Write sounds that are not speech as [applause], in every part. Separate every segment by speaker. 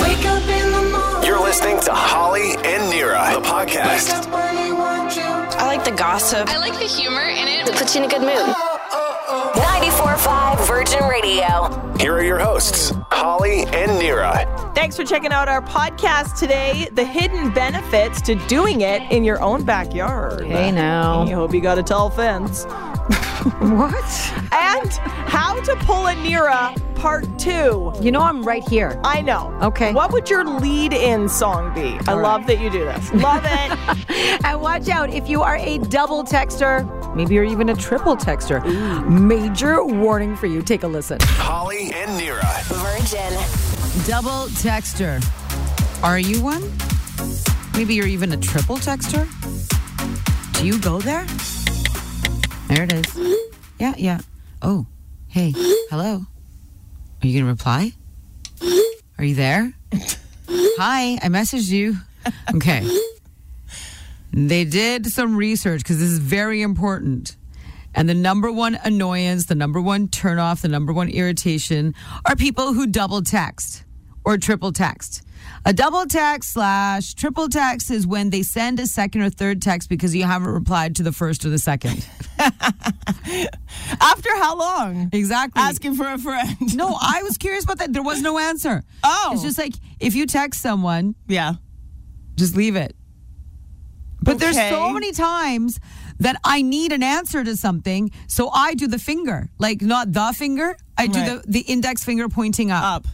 Speaker 1: Wake up in the morning.
Speaker 2: You're listening to Holly and Nira, the
Speaker 1: Wake
Speaker 2: podcast.
Speaker 1: up when you want you.
Speaker 3: I like the gossip.
Speaker 4: I like the humor in it.
Speaker 5: puts you in a good mood.
Speaker 6: 945 Virgin Radio.
Speaker 2: Here are your hosts, Holly and Nira.
Speaker 7: Thanks for checking out our podcast today the hidden benefits to doing it in your own backyard.
Speaker 3: Hey, now.
Speaker 7: You hope you got a tall
Speaker 8: [laughs]
Speaker 7: fence.
Speaker 3: What?
Speaker 7: And how to pull a Nira part two.
Speaker 3: You know I'm right here. [laughs]
Speaker 7: I know.
Speaker 3: Okay.
Speaker 7: What would your lead in song be? I love that you do this. Love
Speaker 8: [laughs]
Speaker 7: it.
Speaker 3: And watch out if you are a double texter, maybe you're even a triple texter. Major warning for you. Take a listen.
Speaker 2: Holly and Nira.
Speaker 6: Virgin.
Speaker 9: Double texter. Are you one? Maybe you're even a triple texter? Do you go there? There it is. Yeah, yeah. Oh, hey. Hello. Are you going to reply? Are you there? Hi, I messaged you. Okay. They did some research because this is very important. And the number one annoyance, the number one turnoff, the number one irritation are people who double text or triple text. A double text slash triple text is when they send a second or third text because you haven't replied to the first or the second.
Speaker 7: [laughs] After how long?
Speaker 9: Exactly.
Speaker 7: Asking for a friend.
Speaker 9: no, I was curious about that. There was no answer.
Speaker 7: [laughs] Oh.
Speaker 9: It's just like if you text someone,
Speaker 7: Yeah.
Speaker 9: just leave it. But there's so
Speaker 7: Okay.
Speaker 9: many times that I need an answer to something, so I do the finger, like not the finger. I do
Speaker 7: Right.
Speaker 9: the, the index finger pointing up.
Speaker 7: Up.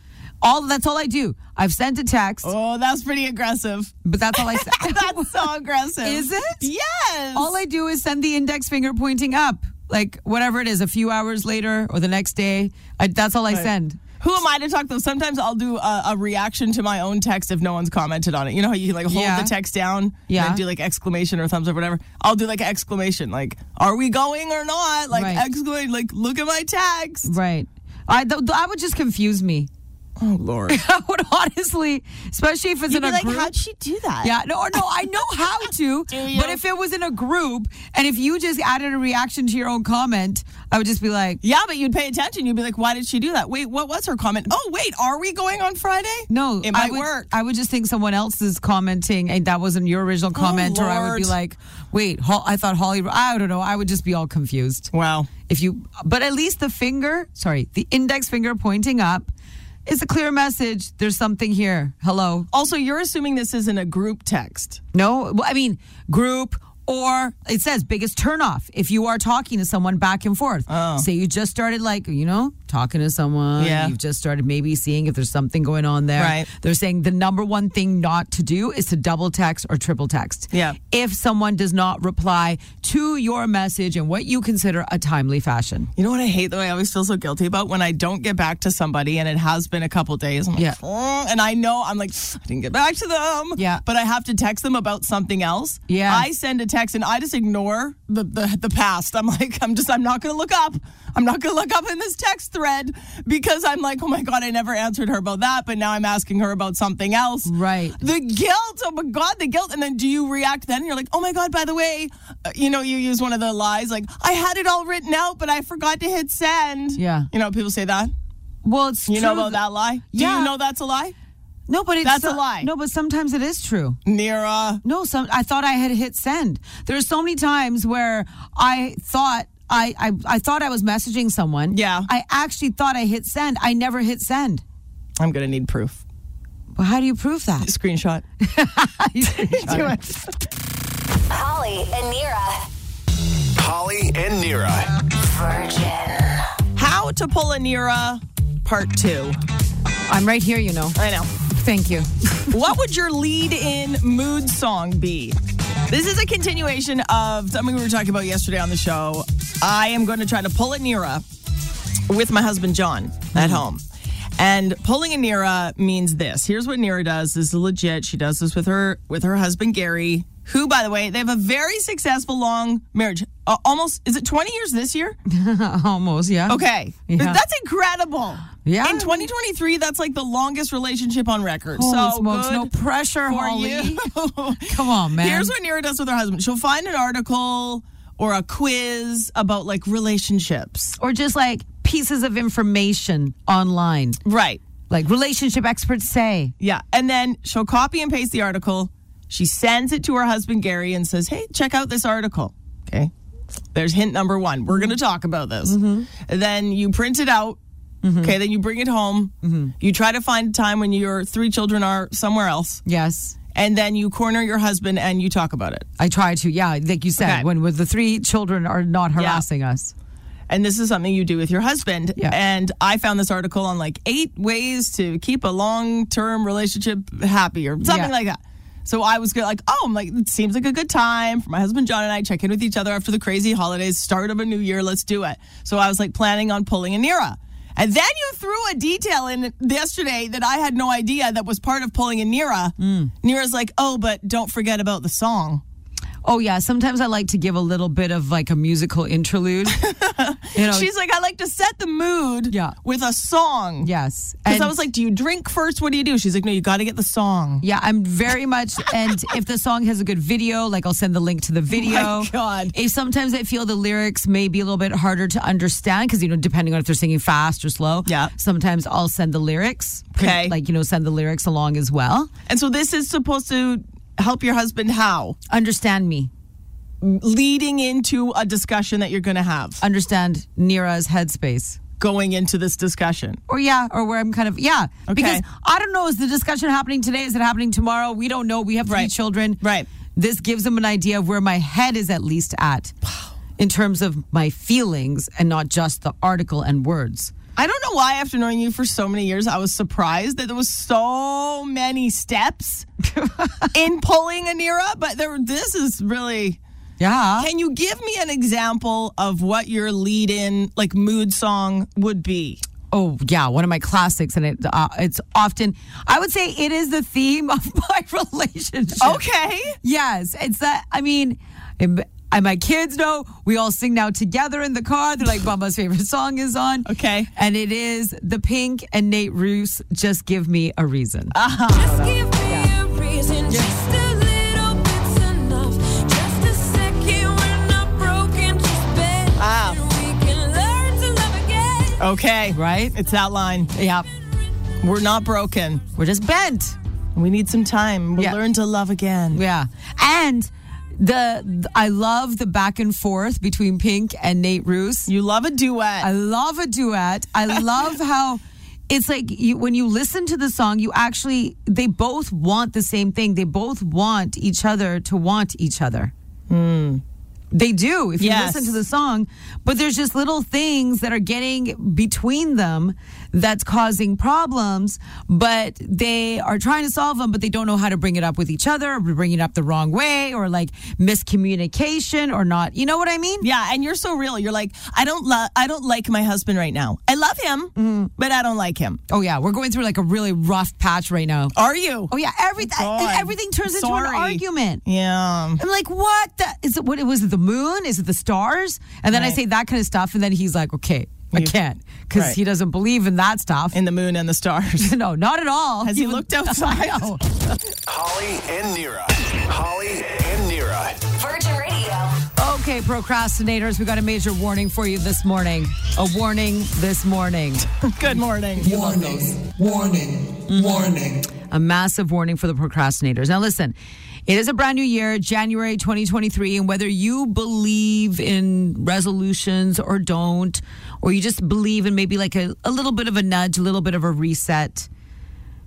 Speaker 9: All that's all I do. I've sent a text,
Speaker 7: Oh, that's pretty aggressive.
Speaker 9: but
Speaker 7: [laughs]
Speaker 9: that's [laughs] all I send.
Speaker 7: That's so aggressive.
Speaker 9: Is it?
Speaker 7: Yes.
Speaker 9: all I do is send the index finger pointing up, like whatever it is. A few hours later or the next day, I, that's all I send.
Speaker 8: Who am I to talk though? Sometimes I'll do a, a reaction to my own text if no one's commented on it. You know how you like hold
Speaker 9: Yeah.
Speaker 8: the text down
Speaker 9: Yeah.
Speaker 8: and then do like exclamation or thumbs up or whatever. I'll do like exclamation, like "Are we going or not?" Like
Speaker 9: Right.
Speaker 8: exclamation, like "Look at my text."
Speaker 9: Right. I th- that would just confuse me. [laughs]
Speaker 8: Oh [laughs] lord!
Speaker 9: I would honestly, especially if it's in a group.
Speaker 8: she do that?"
Speaker 9: Yeah, no, or no, I know
Speaker 8: [laughs]
Speaker 9: how to,
Speaker 8: you?
Speaker 9: but if it was in a group and if you just added a reaction to your own comment, I would just be like,
Speaker 8: Yeah, but you'd pay attention. You'd be like, "Why did she do that? Wait, what was her comment? Oh, wait, are we going on Friday?
Speaker 9: no,
Speaker 8: it might
Speaker 9: I would,
Speaker 8: work.
Speaker 9: I would just think someone else is commenting and that wasn't your original comment, or I would be
Speaker 8: Oh, Lord.
Speaker 9: like, wait, Hol- I thought Holly, I don't know, I would just be all confused.
Speaker 8: wow.
Speaker 9: If you, but at least the finger, sorry, the index finger pointing up is a clear message. There's something here. Hello.
Speaker 8: Also, you're assuming this isn't a group text.
Speaker 9: No, well, I mean group or it says biggest turnoff if you are talking to someone back and forth. Say you just started like you know talking to someone.
Speaker 8: Oh. Yeah.
Speaker 9: You've just started maybe seeing if there's something going on there.
Speaker 8: Right.
Speaker 9: They're saying the number one thing not to do is to double text or triple text.
Speaker 8: Yeah.
Speaker 9: If someone does not reply to your message in what you consider a timely fashion.
Speaker 8: You know what I hate though? I always feel so guilty about when I don't get back to somebody and it has been a couple days. I'm like,
Speaker 9: Yeah.
Speaker 8: "Oh," and I know I'm like, I didn't get back to them.
Speaker 9: Yeah.
Speaker 8: But I have to text them about something else.
Speaker 9: Yeah.
Speaker 8: I send a text and I just ignore the, the, the past. I'm like, I'm just, I'm not going to look up. I'm not going to look up in this text thread because I'm like, oh my God, I never answered her about that. But now I'm asking her about something else.
Speaker 9: Right.
Speaker 8: The guilt. Oh my God, the guilt. And then do you react then? You're like, oh my God, by the way, uh, you know, you use one of the lies like, I had it all written out, but I forgot to hit send.
Speaker 9: Yeah.
Speaker 8: You know, people say that.
Speaker 9: Well, it's
Speaker 8: You know
Speaker 9: true.
Speaker 8: about that lie? Do
Speaker 9: Yeah.
Speaker 8: you know that's a lie?
Speaker 9: No, but it's
Speaker 8: That's a lie.
Speaker 9: No, but sometimes it is true.
Speaker 8: Nira.
Speaker 9: No, some I thought I had hit send. There's so many times where I thought I, I I thought I was messaging someone.
Speaker 8: Yeah.
Speaker 9: I actually thought I hit send. I never hit send.
Speaker 8: I'm going to need proof.
Speaker 9: Well, how do you prove that? [laughs]
Speaker 8: Screenshot. [laughs]
Speaker 6: Holly and Nira.
Speaker 2: Holly and Nira.
Speaker 6: Virgin.
Speaker 8: How to pull a Nira, part two.
Speaker 9: I'm right here, you know.
Speaker 8: I know.
Speaker 9: Thank you. [laughs]
Speaker 8: what would your lead in mood song be? This is a continuation of something we were talking about yesterday on the show. I am going to try to pull a Nira with my husband John
Speaker 9: Hmm.
Speaker 8: at home. And pulling a Nira means this. Here's what Nira does. This is legit. She does this with her with her husband Gary, who by the way, they have a very successful long marriage. Uh, almost is it 20 years this
Speaker 9: [laughs]
Speaker 8: year?
Speaker 9: Almost, yeah.
Speaker 8: Okay.
Speaker 9: Yeah.
Speaker 8: That's incredible.
Speaker 9: Yeah.
Speaker 8: In 2023, that's like the longest relationship on record.
Speaker 9: Holy
Speaker 8: so
Speaker 9: smokes,
Speaker 8: good
Speaker 9: no pressure,
Speaker 8: for
Speaker 9: Holly.
Speaker 8: you.
Speaker 9: Come on, [laughs] man.
Speaker 8: Here's what Nira does with her husband. She'll find an article or a quiz about like relationships.
Speaker 9: or just like pieces of information online.
Speaker 8: Right.
Speaker 9: like relationship experts say.
Speaker 8: Yeah. And then she'll copy and paste the article. She sends it to her husband, Gary, and says, Hey, check out this article. Okay. There's hint number one. We're going to talk about this.
Speaker 9: Mm-hmm.
Speaker 8: And then you print it out. Okay. Then you bring it home.
Speaker 9: Mm-hmm.
Speaker 8: You try to find a time when your three children are somewhere else.
Speaker 9: Yes.
Speaker 8: And then you corner your husband and you talk about it.
Speaker 9: I try to, yeah, like you said,
Speaker 8: Okay.
Speaker 9: when with the three children are not harassing us.
Speaker 8: And this is something you do with your husband.
Speaker 9: Yeah.
Speaker 8: And I found this article on like eight ways to keep a long term relationship happy or something
Speaker 9: Yeah.
Speaker 8: like that. So I was good, like, oh, I'm like, it seems like a good time for my husband John and I check in with each other after the crazy holidays, start of a new year, let's do it. So I was like planning on pulling a Nira. And then you threw a detail in yesterday that I had no idea that was part of pulling a Nira.
Speaker 9: Mm.
Speaker 8: Nira's like, oh, but don't forget about the song.
Speaker 9: Oh yeah, sometimes I like to give a little bit of like a
Speaker 8: [laughs]
Speaker 9: musical interlude. you know,
Speaker 8: She's like, I like to set the mood
Speaker 9: Oh, Yeah.
Speaker 8: with a song.
Speaker 9: yes.
Speaker 8: Because I
Speaker 9: And-
Speaker 8: was like, "Do you drink first? What do you do?" She's like, "No, you got to get the song."
Speaker 9: Yeah, I'm very much. And if the song has a good video, like I'll send the
Speaker 8: [laughs]
Speaker 9: link to the video.
Speaker 8: Oh My God.
Speaker 9: If sometimes I feel the lyrics may be a little bit harder to understand because you know depending on if they're singing fast or slow.
Speaker 8: Yeah.
Speaker 9: Sometimes I'll send the lyrics. print-
Speaker 8: Okay.
Speaker 9: Like you know, send the lyrics along as well.
Speaker 8: And so this is supposed to help your husband how
Speaker 9: Understand me.
Speaker 8: leading into a discussion that you're going to have,
Speaker 9: Understand Nira's headspace.
Speaker 8: going into this discussion.
Speaker 9: Or yeah, or where I'm kind of yeah. Because
Speaker 8: Okay.
Speaker 9: I don't know. Is the discussion happening today? Is it happening tomorrow? We don't know. We have three
Speaker 8: Right.
Speaker 9: children.
Speaker 8: Right.
Speaker 9: This gives them an idea of where my head is at least at, in terms of my feelings and not just the article and words.
Speaker 8: I don't know why, after knowing you for so many years, I was surprised that there was so many
Speaker 9: [laughs]
Speaker 8: steps in pulling Anira. But there, this is really.
Speaker 9: Yeah.
Speaker 8: Can you give me an example of what your lead-in, like mood song, would be?
Speaker 9: Oh yeah, one of my classics, and it uh, it's often I would say it is the theme of [laughs] my relationship.
Speaker 8: Okay.
Speaker 9: Yes, it's that. I mean, and and my kids know we all sing now together in the car. They're like, "Mama's favorite song is on."
Speaker 8: Okay.
Speaker 9: and it is the Pink and Nate Roos. Just give me a reason.
Speaker 8: Uh-huh. Okay.
Speaker 9: Right?
Speaker 8: It's that line.
Speaker 9: yeah,
Speaker 8: We're not broken.
Speaker 9: we're just bent.
Speaker 8: We need some time. We'll
Speaker 9: Yeah.
Speaker 8: learn to love again.
Speaker 9: Yeah, and the, the- I love the back and forth between Pink and Nate Roos.
Speaker 8: You love a duet.
Speaker 9: I love a duet. I love how. It's like you, when you listen to the song, you actually, they both want the same thing. They both want each other to want each other. They do if
Speaker 8: Yes.
Speaker 9: you listen to the song, but there's just little things that are getting between them that's causing problems, but they are trying to solve them, but they don't know how to bring it up with each other or bring it up the wrong way or like miscommunication or not. You know what I mean?
Speaker 8: yeah, and you're so real. You're like, I don't love I don't like my husband right now. I love him,
Speaker 9: Mm-hmm.
Speaker 8: but I don't like him.
Speaker 9: Oh, yeah. We're going through like a really rough patch right now.
Speaker 8: Are you?
Speaker 9: Oh yeah, everything
Speaker 8: God.
Speaker 9: everything turns into an
Speaker 8: Sorry.
Speaker 9: argument.
Speaker 8: Yeah.
Speaker 9: I'm like, what the is it what was it the moon? Is it the stars? And then I
Speaker 8: Right.
Speaker 9: say that kind of stuff and then he's like, Okay, I
Speaker 8: You-
Speaker 9: can't because
Speaker 8: Right.
Speaker 9: he doesn't believe in that stuff.
Speaker 8: In the moon and the stars.
Speaker 9: [laughs] no, not at all.
Speaker 8: Has he
Speaker 9: Even-
Speaker 8: looked outside?
Speaker 9: [laughs]
Speaker 8: [laughs]
Speaker 9: I know.
Speaker 2: Holly and Nira. Holly and Nira.
Speaker 6: Virgin Radio.
Speaker 9: Okay, procrastinators, we got a major warning for you this morning. A warning this morning.
Speaker 8: Good morning.
Speaker 1: Warning,
Speaker 8: Mm-hmm.
Speaker 1: warning, warning.
Speaker 9: a massive warning for the procrastinators. Now, listen, it is a brand new year, January 2023, and whether you believe in resolutions or don't, or you just believe in maybe like a, a little bit of a nudge, a little bit of a reset,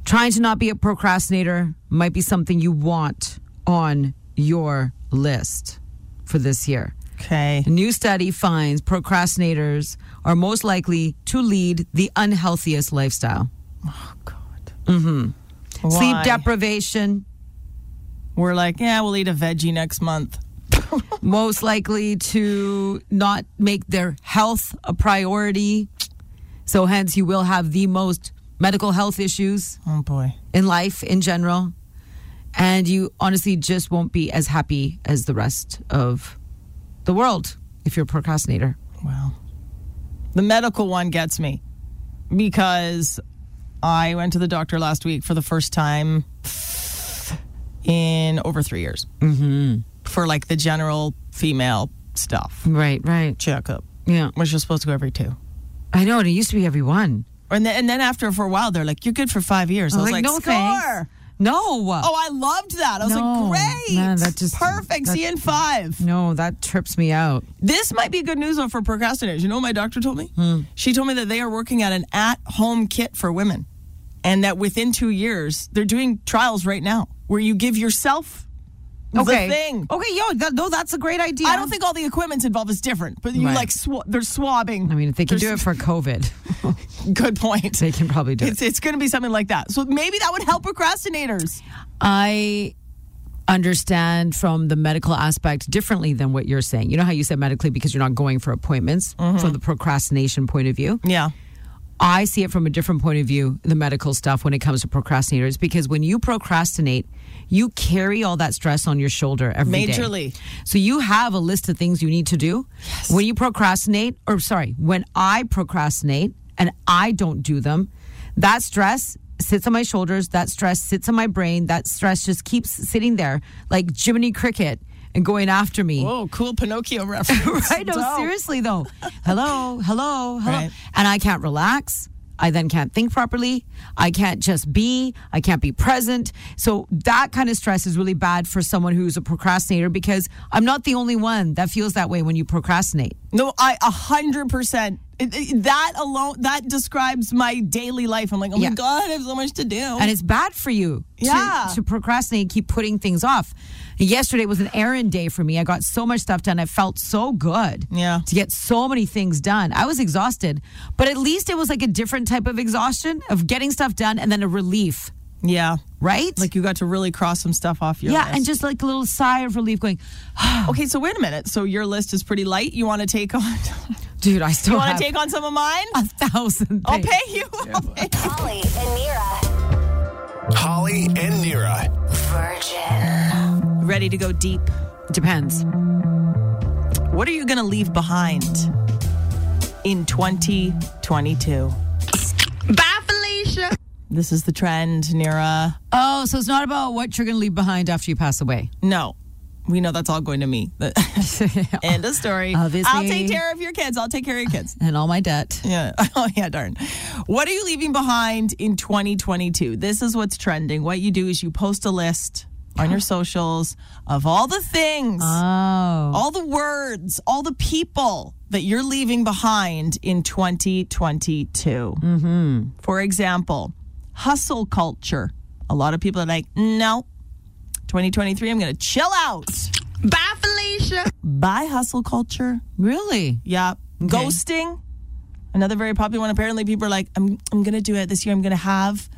Speaker 9: trying to not be a procrastinator might be something you want on your list for this year.
Speaker 8: Okay.
Speaker 9: A new study finds procrastinators are most likely to lead the unhealthiest lifestyle. Oh, Mm-hmm. Sleep
Speaker 8: Why?
Speaker 9: deprivation,
Speaker 8: We're like, yeah, we'll eat a veggie next month.
Speaker 9: most likely to not make their health a priority. So, hence, you will have the most medical health issues
Speaker 8: Oh boy.
Speaker 9: in life in general. And you honestly just won't be as happy as the rest of the world if you're a procrastinator.
Speaker 8: Wow. The medical one gets me because I went to the doctor last week for the first time in over three years mm-hmm. for like the general female stuff
Speaker 9: Right, right.
Speaker 8: checkup,
Speaker 9: Yeah.
Speaker 8: which you're supposed to go every two.
Speaker 9: I know. And it used to be everyone.
Speaker 8: And then, and then after for a while, they're like, "You're good for five years." I was like,
Speaker 9: no
Speaker 8: "Score."
Speaker 9: thanks. No.
Speaker 8: Oh, I loved that. I was
Speaker 9: No.
Speaker 8: like, "Great,
Speaker 9: Man, that just-
Speaker 8: perfect."
Speaker 9: that-
Speaker 8: See you in five.
Speaker 9: no, that trips me out.
Speaker 8: This might be good news though for procrastinators. You know what my doctor told me?
Speaker 9: Hmm.
Speaker 8: She told me that they are working at an at-home kit for women, and that within two years they're doing trials right now where you give yourself
Speaker 9: Okay. Oh,
Speaker 8: the thing.
Speaker 9: Okay, yo, that, no, that's a great idea.
Speaker 8: I don't think all the equipment's involved is different, but you
Speaker 9: Right.
Speaker 8: like sw- they're swabbing.
Speaker 9: I mean, if they can do
Speaker 8: There's-
Speaker 9: it for COVID,
Speaker 8: [laughs]
Speaker 9: [laughs]
Speaker 8: Good point.
Speaker 9: they can probably do it.
Speaker 8: It's, it's going to be something like that. So maybe that would help procrastinators.
Speaker 9: I understand from the medical aspect differently than what you're saying. You know how you said medically because you're not going for appointments
Speaker 8: Mm-hmm.
Speaker 9: from the procrastination point of view?
Speaker 8: Yeah.
Speaker 9: I see it from a different point of view, the medical stuff when it comes to procrastinators, because when you procrastinate, you carry all that stress on your shoulder every day.
Speaker 8: Majorly.
Speaker 9: So you have a list of things you need to do. When you procrastinate, or sorry, when I procrastinate and I don't do them, that stress sits on my shoulders, that stress sits on my brain, that stress just keeps sitting there like Jiminy Cricket and going after me.
Speaker 8: Oh, cool
Speaker 9: [laughs]
Speaker 8: Pinocchio reference.
Speaker 9: Right? No,
Speaker 8: Dope.
Speaker 9: seriously though. Hello, hello, hello.
Speaker 8: Right.
Speaker 9: And I can't relax. I then can't think properly. I can't just be. I can't be present. So that kind of stress is really bad for someone who's a procrastinator because I'm not the only one that feels that way when you procrastinate.
Speaker 8: No, I a hundred percent. It- it- That alone, that describes my daily life. I'm like, oh
Speaker 9: Yeah.
Speaker 8: my god, I have so much to do.
Speaker 9: And it's bad for you to,
Speaker 8: Yeah.
Speaker 9: to procrastinate and keep putting things off. Yesterday was an errand day for me. I got so much stuff done. I felt so good
Speaker 8: Yeah.
Speaker 9: to get so many things done. I was exhausted, but at least it was like a different type of exhaustion of getting stuff done and then a relief,
Speaker 8: yeah,
Speaker 9: right?
Speaker 8: like you got to really cross some stuff off your
Speaker 9: yeah,
Speaker 8: list.
Speaker 9: and just like a little sigh of relief going,
Speaker 8: okay. So wait a minute. So your list is pretty light. You want to take on? [laughs]
Speaker 9: dude, I still
Speaker 8: you want
Speaker 9: have
Speaker 8: to take on some of mine?
Speaker 9: a thousand
Speaker 8: I'll
Speaker 9: things.
Speaker 8: pay you. [laughs] I'll pay you.
Speaker 6: Holly and Nira.
Speaker 2: Holly and Nira.
Speaker 6: Virgin.
Speaker 8: Ready to go deep.
Speaker 9: Depends.
Speaker 8: What are you going to leave behind in 2022? Bye, Felicia. This is the trend, Nira.
Speaker 9: Oh, so it's not about what you're going to leave behind after you pass away.
Speaker 8: [laughs] No, we know that's all going to me. [laughs] End of story.
Speaker 9: Obviously.
Speaker 8: I'll take care of your kids. I'll take care of your kids.
Speaker 9: And all my debt.
Speaker 8: Yeah. [laughs] Oh, yeah, darn. What are you leaving behind in 2022? This is what's trending. What you do is you post a list on your socials of all the things,
Speaker 9: Oh.
Speaker 8: all the words, all the people that you're leaving behind in 2022. Mm-hmm. For example, hustle culture. A lot of people are like, no, 2023, I'm going to chill out. Bye, Felicia. Bye, hustle culture.
Speaker 9: Really?
Speaker 8: Yeah. Ghosting. Another very popular one. Apparently, people are like, I'm, I'm going to do it this year. I'm going to have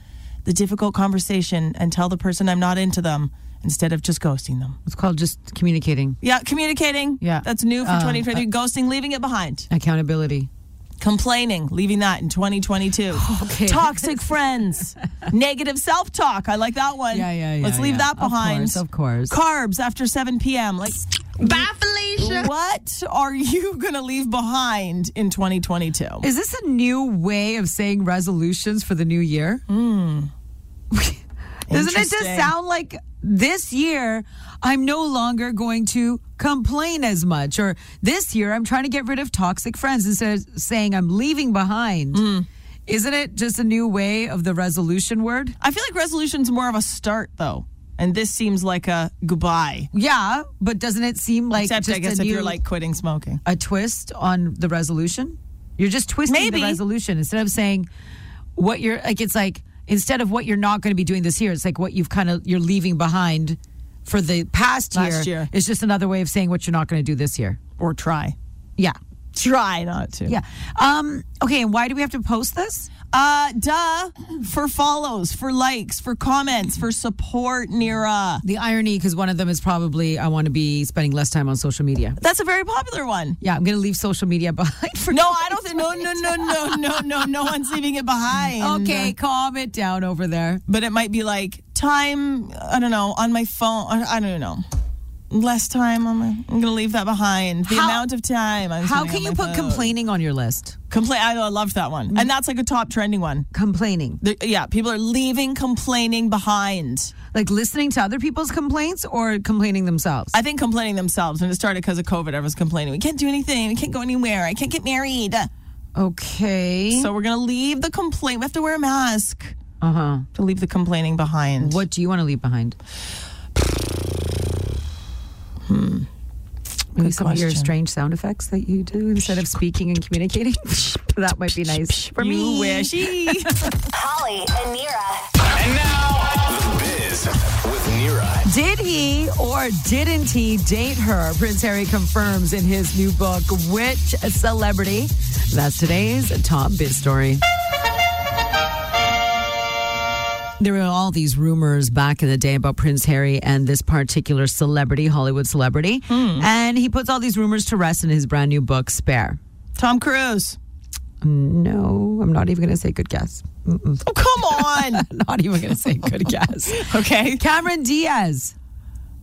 Speaker 8: the difficult conversation and tell the person I'm not into them instead of just ghosting them.
Speaker 9: It's called just communicating.
Speaker 8: Yeah, communicating.
Speaker 9: Yeah.
Speaker 8: That's new for
Speaker 9: Uh,
Speaker 8: 2023. Ghosting, leaving it behind.
Speaker 9: Accountability.
Speaker 8: Complaining, leaving that in 2022.
Speaker 9: [laughs] Okay. [laughs]
Speaker 8: Toxic friends, negative self talk. I like that one.
Speaker 9: Yeah, yeah, yeah,
Speaker 8: Let's leave
Speaker 9: yeah.
Speaker 8: that
Speaker 9: Of
Speaker 8: behind.
Speaker 9: course, of course.
Speaker 8: Carbs after 7 p.m. Like, what are you going to leave behind in 2022?
Speaker 9: Is this a new way of saying resolutions for the new year? Doesn't it just
Speaker 8: Hmm. Interesting.
Speaker 9: sound like this year I'm no longer going to complain as much? Or this year I'm trying to get rid of toxic friends instead of saying I'm leaving behind.
Speaker 8: Hmm.
Speaker 9: Isn't it just a new way of the resolution word?
Speaker 8: I feel like resolution's more of a start, though. And this seems like a goodbye.
Speaker 9: Yeah, but doesn't it seem like
Speaker 8: Except,
Speaker 9: just
Speaker 8: I guess,
Speaker 9: a
Speaker 8: if
Speaker 9: new,
Speaker 8: you're like quitting smoking.
Speaker 9: a twist on the resolution? You're just twisting
Speaker 8: Maybe.
Speaker 9: the resolution instead of saying what you're like. It's like instead of what you're not going to be doing this year, it's like what you've kind of you're leaving behind for the past year.
Speaker 8: Last year.
Speaker 9: It's just another way of saying what you're not going to do this year.
Speaker 8: Or try.
Speaker 9: Yeah,
Speaker 8: Try not to.
Speaker 9: yeah. Um, okay, and why do we have to post this?
Speaker 8: Uh, duh. For follows, for likes, for comments, for support, Nira.
Speaker 9: The irony, because one of them is probably I want to be spending less time on social media.
Speaker 8: That's a very popular one.
Speaker 9: Yeah, I'm going to leave social media [laughs] behind. For
Speaker 8: No, I don't think. No, no, no, no, no, no. No one's leaving it behind.
Speaker 9: Okay, calm it down over there.
Speaker 8: But it might be like time, I don't know, on my phone. I I don't know. Less time on my. I'm going to leave that behind. The
Speaker 9: How-
Speaker 8: amount of time. I'm
Speaker 9: How
Speaker 8: spending
Speaker 9: can
Speaker 8: on
Speaker 9: you
Speaker 8: my
Speaker 9: put
Speaker 8: phone.
Speaker 9: complaining on your list?
Speaker 8: Complain. I, I loved that one,
Speaker 9: Mm.
Speaker 8: and that's like a top trending one.
Speaker 9: Complaining.
Speaker 8: The- yeah, people are leaving complaining behind.
Speaker 9: like listening to other people's complaints or complaining themselves?
Speaker 8: I think complaining themselves, and it started because of COVID. Everyone's complaining. We can't do anything. We can't go anywhere. I can't get married.
Speaker 9: Okay.
Speaker 8: So we're going to leave the complaint. We have to wear a mask
Speaker 9: Uh huh.
Speaker 8: to leave the complaining behind.
Speaker 9: What do you want to leave behind? Hmm. Maybe
Speaker 8: Good
Speaker 9: some of your
Speaker 8: question.
Speaker 9: strange sound effects that you do instead of speaking and communicating. [laughs] that might be nice for
Speaker 8: you
Speaker 9: me.
Speaker 8: wish.
Speaker 6: Holly and Nira.
Speaker 2: And now, The Biz with Nira.
Speaker 9: Did he or didn't he date her? Prince Harry confirms in his new book, Which Celebrity? That's today's top biz story. There were all these rumors back in the day about Prince Harry and this particular celebrity, Hollywood celebrity. And he puts all these rumors to rest in his brand new book, Spare.
Speaker 8: [laughs] Tom Cruise.
Speaker 9: No, I'm not even going to say good guess. [laughs]
Speaker 8: Oh, come on.
Speaker 9: Not even going to say good guess.
Speaker 8: okay.
Speaker 9: Cameron Diaz.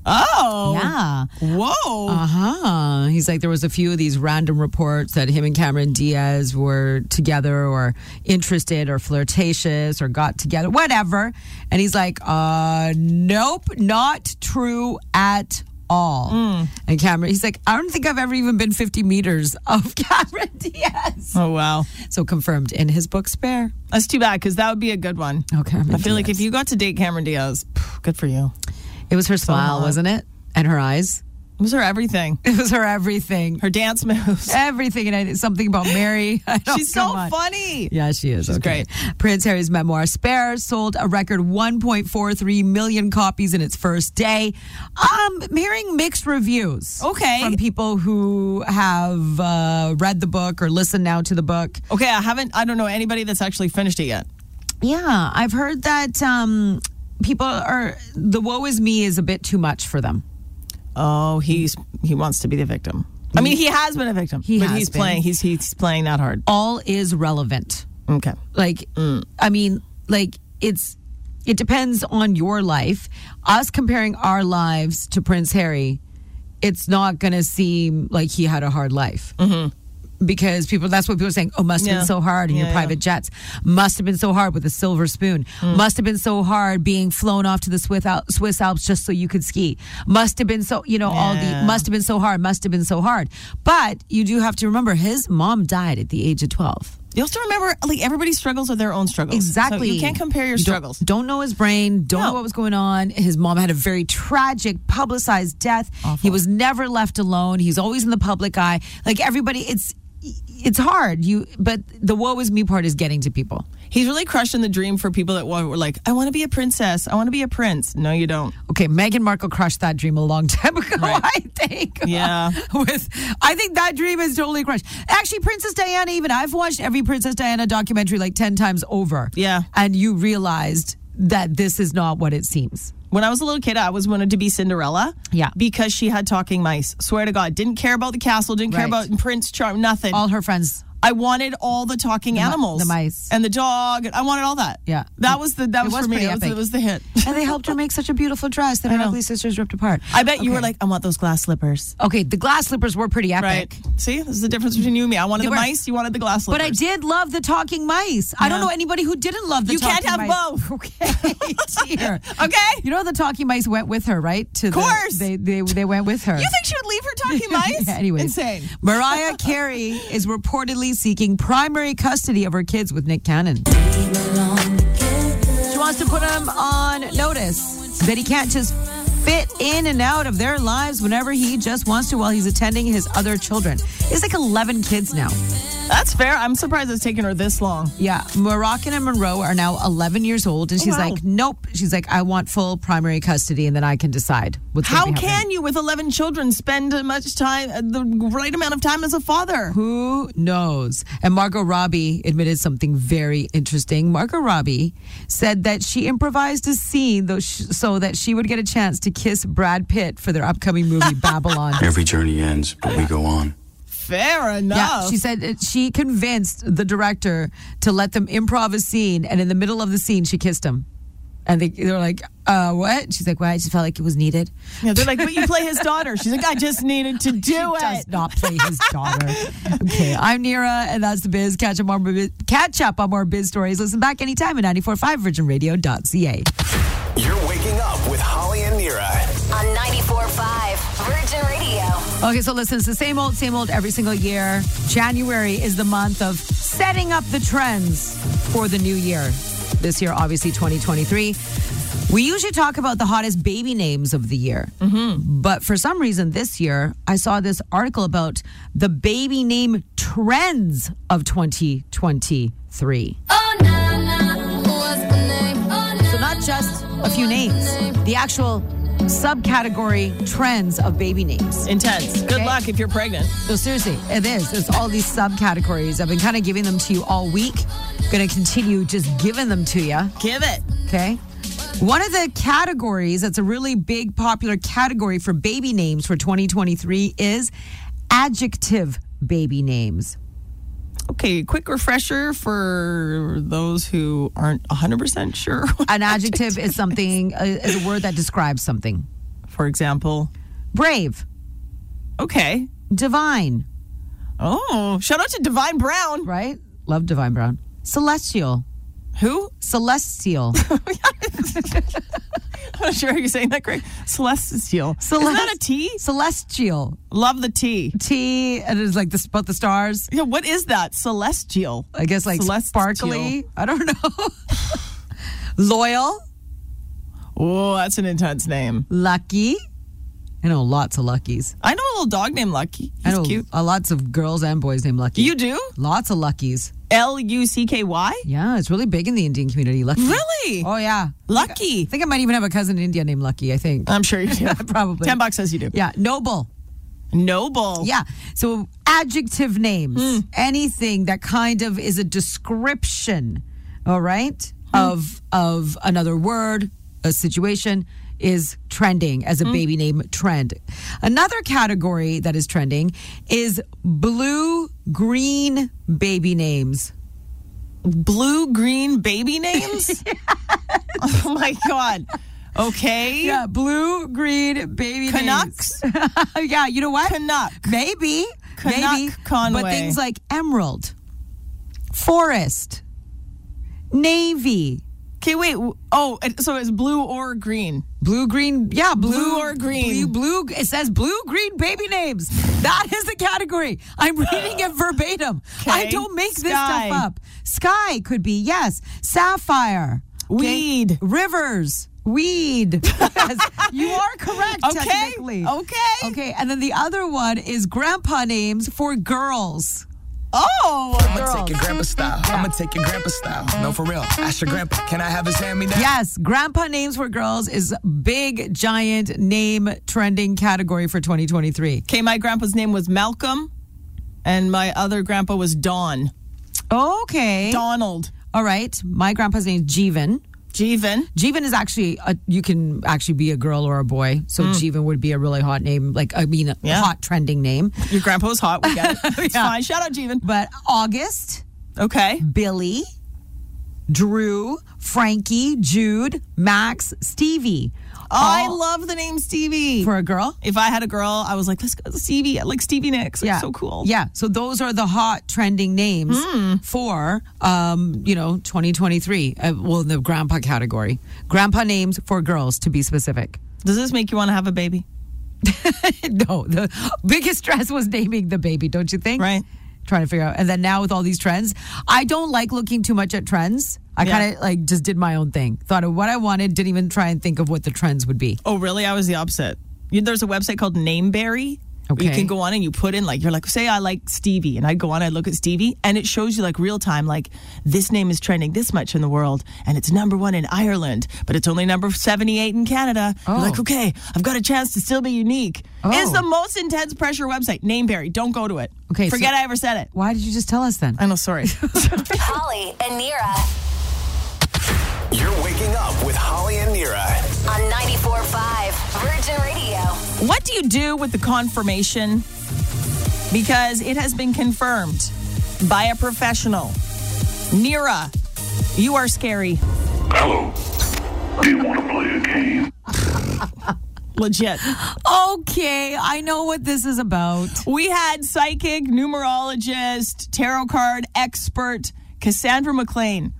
Speaker 8: Oh.
Speaker 9: Yeah.
Speaker 8: Whoa.
Speaker 9: Uh huh. He's like, there was a few of these random reports that him and Cameron Diaz were together or interested or flirtatious or got together, whatever. And he's like, uh, nope, not true at all.
Speaker 8: Mm.
Speaker 9: And Cameron, he's like, I don't think I've ever even been 50 meters of [laughs] Cameron Diaz.
Speaker 8: oh, wow.
Speaker 9: So confirmed in his book, Spare.
Speaker 8: That's too bad because that would be a good one.
Speaker 9: Oh, Cameron
Speaker 8: I feel like
Speaker 9: Diaz.
Speaker 8: if you got to date Cameron Diaz, phew, good for you.
Speaker 9: It was her smile,
Speaker 8: hot.
Speaker 9: wasn't it? And her eyes. [laughs]
Speaker 8: It was her everything,
Speaker 9: It was her everything.
Speaker 8: her dance [laughs] moves.
Speaker 9: everything and I, something about Mary. [laughs] I don't-
Speaker 8: She's so
Speaker 9: come on.
Speaker 8: funny.
Speaker 9: Yeah, she is. She's
Speaker 8: great.
Speaker 9: Prince Harry's memoir, Spare, sold a record 1.43 million copies in its first day. Um, I'm hearing mixed reviews.
Speaker 8: Okay.
Speaker 9: From people who have uh, read the book or listened now to the book.
Speaker 8: Okay, I haven't, I don't know anybody that's actually finished it yet.
Speaker 9: Yeah, I've heard that um, people are, the woe is me is a bit too much for them.
Speaker 8: Oh, he's, he wants to be the victim. I mean, he has been a victim,
Speaker 9: He
Speaker 8: but
Speaker 9: has
Speaker 8: he's
Speaker 9: been.
Speaker 8: playing, he's, he's playing that hard.
Speaker 9: All is relevant.
Speaker 8: Okay.
Speaker 9: Like,
Speaker 8: Mm.
Speaker 9: I mean, like it's it depends on your life. Us comparing our lives to Prince Harry, it's not going to seem like he had a hard life. Because people, that's what people are saying. Oh, must have
Speaker 8: Mm-hmm. Yeah.
Speaker 9: been so hard in
Speaker 8: Yeah,
Speaker 9: your
Speaker 8: yeah. Mm.
Speaker 9: private jets. Must have been so hard with a silver spoon. Must have been so hard being flown off to the Swiss, Al- Swiss Alps just so you could ski. Must have been so, you know, all
Speaker 8: Yeah.
Speaker 9: the, must have been so hard, must have been so hard. But you do have to remember his mom died at the age of 12.
Speaker 8: You also remember, like, everybody struggles with their own struggles.
Speaker 9: Exactly.
Speaker 8: So you can't compare your
Speaker 9: You don't-
Speaker 8: struggles.
Speaker 9: Don't, know his brain. Don't
Speaker 8: No.
Speaker 9: know what was going on. His mom had a very tragic, publicized death. He was never left alone. He's always in the public eye. Like everybody, it's it's hard. You, but the woe is me part is getting to people.
Speaker 8: He's really crushing the dream for people that wa- were like, I want to be a princess. I want to be a prince. No, you don't.
Speaker 9: Okay, Meghan Markle crushed that dream a long [laughs] time ago.
Speaker 8: Right.
Speaker 9: I think. [laughs]
Speaker 8: Yeah.
Speaker 9: With, I think that dream is totally crushed. Actually, Princess Diana. Even I've watched every Princess Diana documentary like ten times over.
Speaker 8: Yeah.
Speaker 9: And you realized that this is not what it seems.
Speaker 8: When I was a little kid, I always wanted to be Cinderella.
Speaker 9: Yeah.
Speaker 8: Because she had talking mice. Swear to God. Didn't care about the castle, didn't care
Speaker 9: Right.
Speaker 8: about Prince Charm, nothing.
Speaker 9: All her friends
Speaker 8: I wanted all the talking animals.
Speaker 9: the mice.
Speaker 8: And the dog. I wanted all that.
Speaker 9: Yeah.
Speaker 8: That was the that was,
Speaker 9: was
Speaker 8: for me.
Speaker 9: pretty
Speaker 8: That was,
Speaker 9: epic.
Speaker 8: that was the hit.
Speaker 9: and they helped her make such a beautiful dress that her ugly sisters ripped apart.
Speaker 8: [laughs] I bet you were like, I want those glass slippers.
Speaker 9: okay, the glass slippers were pretty epic.
Speaker 8: Right. See, this is the difference between you and me. I wanted the
Speaker 9: were.
Speaker 8: mice, you wanted the glass slippers.
Speaker 9: But I did love the talking mice. I don't know anybody who didn't love the
Speaker 8: You can't have
Speaker 9: talking mice.
Speaker 8: both.
Speaker 9: [laughs] Okay, dear.
Speaker 8: Okay.
Speaker 9: You know the talking mice went with her, right? To
Speaker 8: Course.
Speaker 9: The, they, they they went with her.
Speaker 8: You think she would leave her [laughs] talking mice?
Speaker 9: [laughs] Yeah, anyways.
Speaker 8: Insane.
Speaker 9: Mariah Carey is reportedly seeking primary custody of her kids with Nick Cannon. She wants to put him on notice that he can't just fit in and out of their lives whenever he just wants to while he's attending his other children. It's like 11 kids now.
Speaker 8: That's fair. I'm surprised it's taken her this long.
Speaker 9: Yeah, Moroccan and Monroe are now 11 years old, and she's
Speaker 8: wow.
Speaker 9: like, nope. She's like, I want full primary custody, and then I can decide what's gonna
Speaker 8: How
Speaker 9: be happening."
Speaker 8: can you, with 11 children, spend much time, uh, the right amount of time as a father?
Speaker 9: Who knows? And Margot Robbie admitted something very interesting. Margot Robbie said that she improvised a scene though sh- so that she would get a chance to kiss Brad Pitt for their upcoming movie Babylon.
Speaker 4: Every journey ends, but we go on.
Speaker 8: Fair enough.
Speaker 9: Yeah, she said that she convinced the director to let them improv a scene, and in the middle of the scene, she kissed him. And they, they were like, uh, what? She's like, well, I just felt like it was needed.
Speaker 8: Yeah, they're like, but you play his daughter. She's like, I just needed
Speaker 9: [laughs]
Speaker 8: to do it.
Speaker 9: He does not play his
Speaker 8: [laughs]
Speaker 9: daughter. okay, I'm Nira, and that's the biz. Catch up on more biz, catch up on more biz stories. Listen back anytime at 945 virginradio.ca.
Speaker 2: You're waking up with Holly and Nira.
Speaker 6: On 94.5 Virgin Radio.
Speaker 9: Okay, so listen, it's the same old, same old every single year. January is the month of setting up the trends for the new year. This year, obviously, 2023. We usually talk about the hottest baby names of the year. But for some reason, this year, I saw this article about the baby name trends of 2023. So not just a few names, the actual subcategory trends of baby names.
Speaker 8: Intense. Good
Speaker 9: Okay.
Speaker 8: luck if you're pregnant.
Speaker 9: So Oh, seriously, it is. There's all these subcategories. I've been kind of giving them to you all week. Going to continue just giving them to you.
Speaker 8: Give it.
Speaker 9: Okay. One of the categories that's a really big popular category for baby names for 2023 is adjective baby names.
Speaker 8: Okay, quick refresher for those who aren't 100% sure. [laughs]
Speaker 9: An adjective is something uh, is a word that describes something.
Speaker 8: for example,
Speaker 9: Brave,
Speaker 8: okay.
Speaker 9: divine,
Speaker 8: Oh, shout out to Divine Brown.
Speaker 9: right? Love divine brown. Celestial,
Speaker 8: Who? [laughs]
Speaker 9: celestial.
Speaker 8: I'm not sure you're saying that correct. Celestial. Isn't that a T?
Speaker 9: Celestial.
Speaker 8: Love the T.
Speaker 9: T and it's like this about the stars.
Speaker 8: Yeah, what is that? Celestial.
Speaker 9: I guess like
Speaker 8: Celestial.
Speaker 9: sparkly. I don't know. [laughs] Loyal,
Speaker 8: Oh, that's an intense name.
Speaker 9: lucky. I know lots of luckies.
Speaker 8: I know a little dog named Lucky.
Speaker 9: I
Speaker 8: He's
Speaker 9: know
Speaker 8: cute.
Speaker 9: uh, lots of girls and boys named Lucky.
Speaker 8: You do?
Speaker 9: lots of luckies.
Speaker 8: L U C K Y?
Speaker 9: Yeah, it's really big in the Indian community. Lucky.
Speaker 8: Really?
Speaker 9: Oh yeah.
Speaker 8: Lucky.
Speaker 9: I think I might even have a cousin in India named Lucky. I think [laughs]
Speaker 8: I'm sure you do.
Speaker 9: probably.
Speaker 8: 10 bucks says you do.
Speaker 9: Yeah, noble.
Speaker 8: [laughs] Noble.
Speaker 9: Yeah. So adjective names, anything that kind of is a description, all right, of of another word, a situation is trending as a baby name trend. Another category that is trending is blue green baby names.
Speaker 8: Blue green baby names? Oh my God. Okay.
Speaker 9: Yeah, blue green baby names.
Speaker 8: Canucks?
Speaker 9: [laughs] yeah, you know what?
Speaker 8: Canuck.
Speaker 9: Maybe.
Speaker 8: Canuck
Speaker 9: maybe.
Speaker 8: Conway.
Speaker 9: But things like emerald, forest, navy,
Speaker 8: Okay, wait. w- Oh, and so it's blue or green.
Speaker 9: blue, green. Yeah, blue,
Speaker 8: Blue or green.
Speaker 9: Blue, blue. It says blue, green baby names. That is the category. I'm reading it verbatim. I
Speaker 8: Okay.
Speaker 9: don't make this
Speaker 8: Sky.
Speaker 9: stuff up. Sky could be, yes. Sapphire.
Speaker 8: Weed.
Speaker 9: Rivers.
Speaker 8: [laughs]
Speaker 9: Weed. yes, you are correct.
Speaker 8: Okay.
Speaker 9: Technically.
Speaker 8: Okay.
Speaker 9: Okay. And then the other one is grandpa names for girls.
Speaker 8: Oh.
Speaker 5: I'ma take your grandpa style. I'ma take your grandpa style. No, for real. Ask your grandpa, can I have his hand me down?
Speaker 9: Yes, grandpa names for girls is big giant name trending category for 2023.
Speaker 8: Okay, my grandpa's name was Malcolm, and my other grandpa was Don.
Speaker 9: Okay.
Speaker 8: Donald.
Speaker 9: All right. My grandpa's name is Jeevan.
Speaker 8: Jeevan.
Speaker 9: Jeevan is actually a, you can actually be a girl or a boy. So Jeevan would be a really hot name, like I mean a
Speaker 8: Hmm. Yeah.
Speaker 9: hot trending
Speaker 8: [laughs]
Speaker 9: name.
Speaker 8: Your grandpa was hot. We
Speaker 9: [laughs]
Speaker 8: got it. It's fine. Shout out Jeevan.
Speaker 9: But August,
Speaker 8: Okay.
Speaker 9: Billy, Drew, Frankie, Jude, Max, Stevie.
Speaker 8: Oh, I
Speaker 9: All
Speaker 8: love the name Stevie.
Speaker 9: for a girl.
Speaker 8: if I had a girl, I was like, let's go to Stevie. I like Stevie Nicks. Like, So cool. Hmm.
Speaker 9: Yeah. So those are the hot trending names for um, you know, 2023. Uh, well, in the grandpa category. Grandpa names for girls to be specific.
Speaker 8: Does this make you want to have a baby?
Speaker 9: [laughs] no, the biggest stress was naming the baby, don't you think?
Speaker 8: Right.
Speaker 9: Trying to figure out. And then now with all these trends, I don't like looking too much at trends. I
Speaker 8: Yeah.
Speaker 9: kind of like just did my own thing. Thought of what I wanted, didn't even try and think of what the trends would be.
Speaker 8: Oh, really? I was the opposite. You, there's a website called Nameberry. where You
Speaker 9: Okay.
Speaker 8: can go on and you put in like you're like say I like Stevie and I go on I look at Stevie and it shows you like real time like this name is trending this much in the world and it's number 1 in Ireland but it's only number 78 in Canada.
Speaker 9: Oh.
Speaker 8: You're like okay, I've got a chance to still be unique. It's
Speaker 9: Oh.
Speaker 8: the most intense pressure website. Nameberry, don't go to it.
Speaker 9: Okay, so-
Speaker 8: Forget I ever said it.
Speaker 9: Why did you just tell us then?
Speaker 8: I know, sorry.
Speaker 9: [laughs]
Speaker 6: Holly and Nira
Speaker 2: You're waking up with Holly and Nira.
Speaker 6: on 94.5 Virgin Radio.
Speaker 8: [laughs] What do you do with the confirmation? Because it has been confirmed by a professional. Nira, you are scary.
Speaker 10: Hello. Do you want to play a game?
Speaker 8: Legit.
Speaker 9: [gasps]
Speaker 8: [gasps]
Speaker 9: Okay, I know what this is about.
Speaker 8: We had psychic, numerologist, tarot card expert Cassandra McLean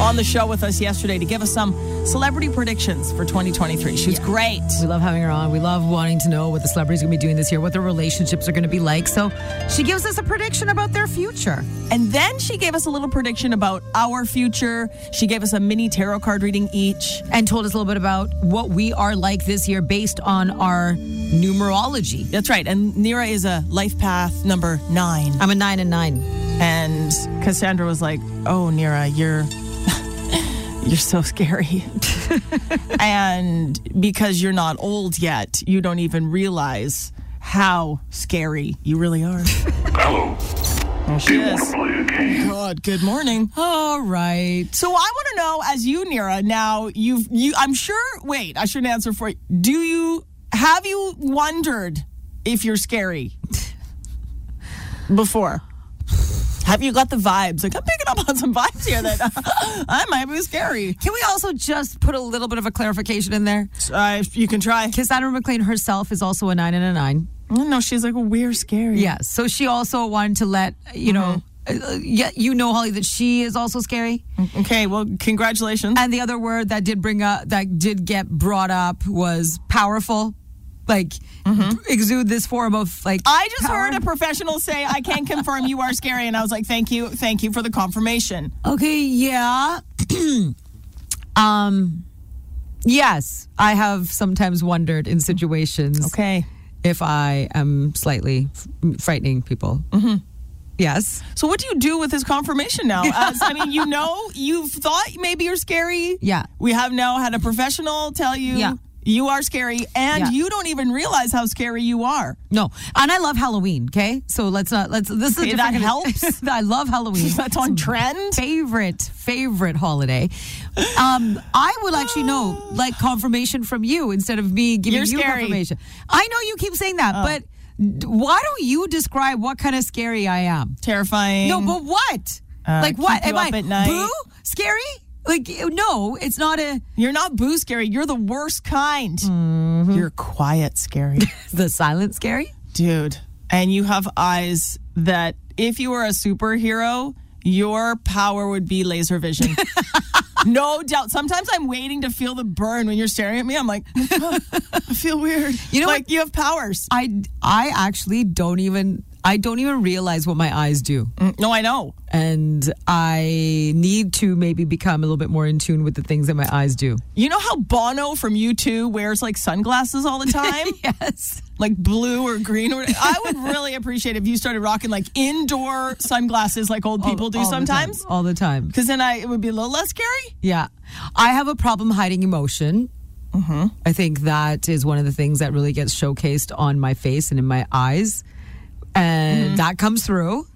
Speaker 8: on the show with us yesterday to give us some celebrity predictions for 2023. She's great.
Speaker 9: We love having her on. We love wanting to know what the celebrities are going to be doing this year, what their relationships are going to be like. So she gives us a prediction about their future.
Speaker 8: And then she gave us a little prediction about our future. She gave us a mini tarot card reading each.
Speaker 9: and told us a little bit about what we are like this year based on our numerology.
Speaker 8: That's right. And Nira is a life path number nine.
Speaker 9: I'm a nine and nine.
Speaker 8: And Cassandra was like, "Oh, Nira, you're [laughs] you're so scary." and because you're not old yet, you don't even realize how scary you really are.
Speaker 10: Hello. Do you want to
Speaker 8: Yes.
Speaker 10: play a game?
Speaker 8: God, good morning.
Speaker 9: All right.
Speaker 8: So I want to know as you Nira, now you've you I'm sure wait, I shouldn't answer for you. Do you have you wondered if you're scary before? Have you got the vibes? Like I'm picking up on some vibes here that [laughs] I might be scary.
Speaker 9: Can we also just put a little bit of a clarification in there?
Speaker 8: Uh, you can try.
Speaker 9: Cassandra McLean herself is also a nine and a nine.
Speaker 8: No, she's like, well, we're scary.
Speaker 9: Yeah. So she also wanted to let, you know, uh, yeah, you know, Holly, that she is also scary.
Speaker 8: Okay, well, congratulations.
Speaker 9: And the other word that did bring up, that did get brought up was powerful. Like, exude this form of, like,
Speaker 8: Mm-hmm. I just
Speaker 9: power.
Speaker 8: heard a professional say, I can confirm you are scary. And I was like, thank you. Thank you for the confirmation.
Speaker 9: Okay, yeah. [clears throat] um yes, I have sometimes wondered in situations
Speaker 8: Okay.
Speaker 9: if I am slightly f- frightening people. Mm-hmm. Yes.
Speaker 8: So what do you do with this confirmation
Speaker 9: [laughs]
Speaker 8: now? As, I mean, you know, you've thought maybe you're scary.
Speaker 9: Yeah.
Speaker 8: We have now had a professional tell you
Speaker 9: Yeah.
Speaker 8: you are scary and
Speaker 9: Yeah.
Speaker 8: you don't even realize how scary you are.
Speaker 9: No. And I love Halloween, okay? So let's not let's this is a
Speaker 8: Okay, that
Speaker 9: different-
Speaker 8: helps.
Speaker 9: [laughs] I love Halloween.
Speaker 8: That's on trend.
Speaker 9: favorite favorite holiday. Um, I would actually know like confirmation from you instead of me giving
Speaker 8: You're
Speaker 9: you
Speaker 8: scary. Oh.
Speaker 9: confirmation. I know you keep saying that, but d- why don't you describe what kind of scary I am?
Speaker 8: Terrifying.
Speaker 9: No, but what?
Speaker 8: Uh,
Speaker 9: like what?
Speaker 8: keep you
Speaker 9: Am I
Speaker 8: up at night.
Speaker 9: boo scary? Like no, it's not a
Speaker 8: You're not boo scary. You're the worst kind. You're quiet scary.
Speaker 9: the silent scary.
Speaker 8: Dude. And you have eyes that if you were a superhero, your power would be laser vision.
Speaker 9: [laughs]
Speaker 8: no doubt. Sometimes I'm waiting to feel the burn when you're staring at me. I'm like, [laughs] I feel weird. You
Speaker 9: know
Speaker 8: like
Speaker 9: what?
Speaker 8: you have powers.
Speaker 9: I I actually don't even I don't even realize what my eyes do.
Speaker 8: No, I know.
Speaker 9: And I need to maybe become a little bit more in tune with the things that my eyes do.
Speaker 8: You know how Bono from U2 wears like sunglasses all
Speaker 9: [laughs]
Speaker 8: the time?
Speaker 9: Yes.
Speaker 8: Like blue or green or I would really appreciate if you started rocking like indoor sunglasses like old people do
Speaker 9: all the time,
Speaker 8: sometimes.
Speaker 9: all the time.
Speaker 8: Cuz then I it would be a little less scary.
Speaker 9: Yeah. I have a problem hiding emotion. I think that is one of the things that really gets showcased on my face and in my eyes. And that comes through.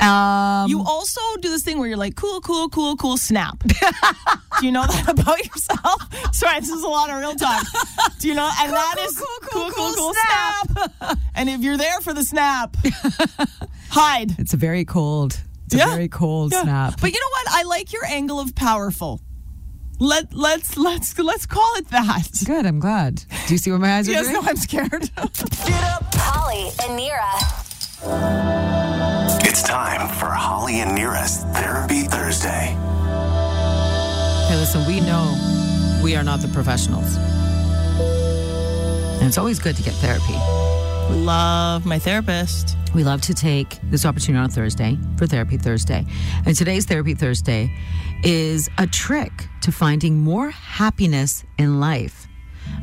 Speaker 9: Um,
Speaker 8: You also do this thing where you're like, cool, cool, cool, cool, snap. do you know that about yourself? [laughs] Sorry, this is a lot of real talk. Do you know? And that is cool, cool, cool, cool, snap. and if you're there for the snap, hide.
Speaker 9: it's a very cold, it's
Speaker 8: Yeah.
Speaker 9: a very cold
Speaker 8: Yeah.
Speaker 9: snap.
Speaker 8: But you know what? I like your angle of powerful. Let let's let's let's call it that.
Speaker 9: Good, I'm glad. Do you see what my eyes are
Speaker 8: Yes,
Speaker 9: doing?
Speaker 8: no, I'm scared. [laughs]
Speaker 6: Holly and Nira.
Speaker 2: It's time for Holly and Nira's Therapy Thursday.
Speaker 9: Hey, listen, we know we are not the professionals. And it's always good to get therapy.
Speaker 8: Love my therapist.
Speaker 9: We love to take this opportunity on a Thursday for Therapy Thursday. And today's Therapy Thursday is a trick to finding more happiness in life.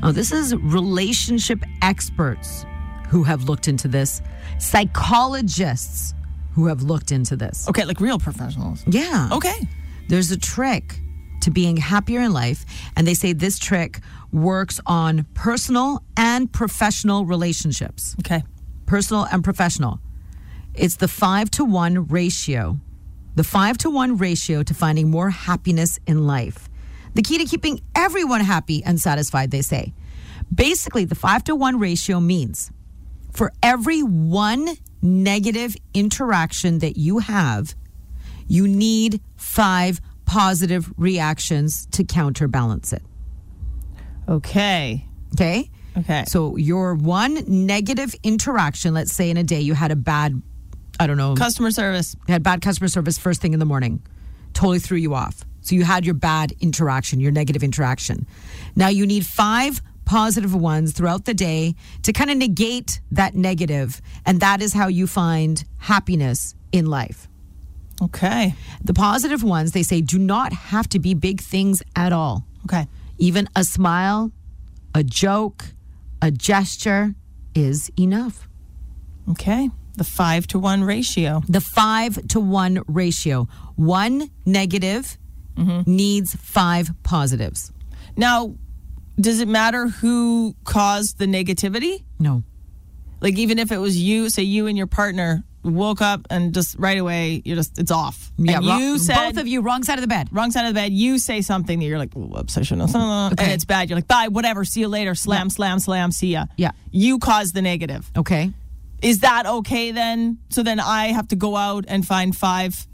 Speaker 9: Now, this is relationship experts who have looked into this, psychologists who have looked into this.
Speaker 8: Okay, like real professionals.
Speaker 9: Yeah.
Speaker 8: Okay.
Speaker 9: There's a trick to being happier in life, and they say this trick works on personal and professional relationships.
Speaker 8: Okay.
Speaker 9: Personal and professional. It's the five to one ratio, the five to one ratio to finding more happiness in life. The key to keeping everyone happy and satisfied, they say. Basically, the five to one ratio means for every one negative interaction that you have, you need five positive reactions to counterbalance it.
Speaker 8: Okay.
Speaker 9: Okay?
Speaker 8: Okay.
Speaker 9: So your one negative interaction, let's say in a day you had a bad, I don't know,
Speaker 8: Customer service.
Speaker 9: you had bad customer service first thing in the morning, totally threw you off. So you had your bad interaction, your negative interaction. Now you need five positive ones throughout the day to kind of negate that negative, And that is how you find happiness in life.
Speaker 8: Okay.
Speaker 9: The positive ones, they say, do not have to be big things at all.
Speaker 8: Okay.
Speaker 9: Even a smile, a joke, a gesture is enough.
Speaker 8: Okay. The five to one ratio.
Speaker 9: The five to one ratio one negative
Speaker 8: Mm-hmm.
Speaker 9: needs five positives.
Speaker 8: Now, does it matter who caused the negativity?
Speaker 9: No.
Speaker 8: Like, even if it was you, say you and your partner woke up and just right away, you're just, it's off. and
Speaker 9: wrong-
Speaker 8: you said,
Speaker 9: both of you, wrong side of the bed.
Speaker 8: wrong side of the bed, you say something that you're like, "Ooh, whoops, I shouldn't have. said that,"
Speaker 9: Okay.
Speaker 8: And it's bad. You're like, bye, whatever, see you later. Slam, slam, slam, see ya.
Speaker 9: Yeah.
Speaker 8: You caused the negative.
Speaker 9: Okay.
Speaker 8: Is that okay then? So then I have to go out and find five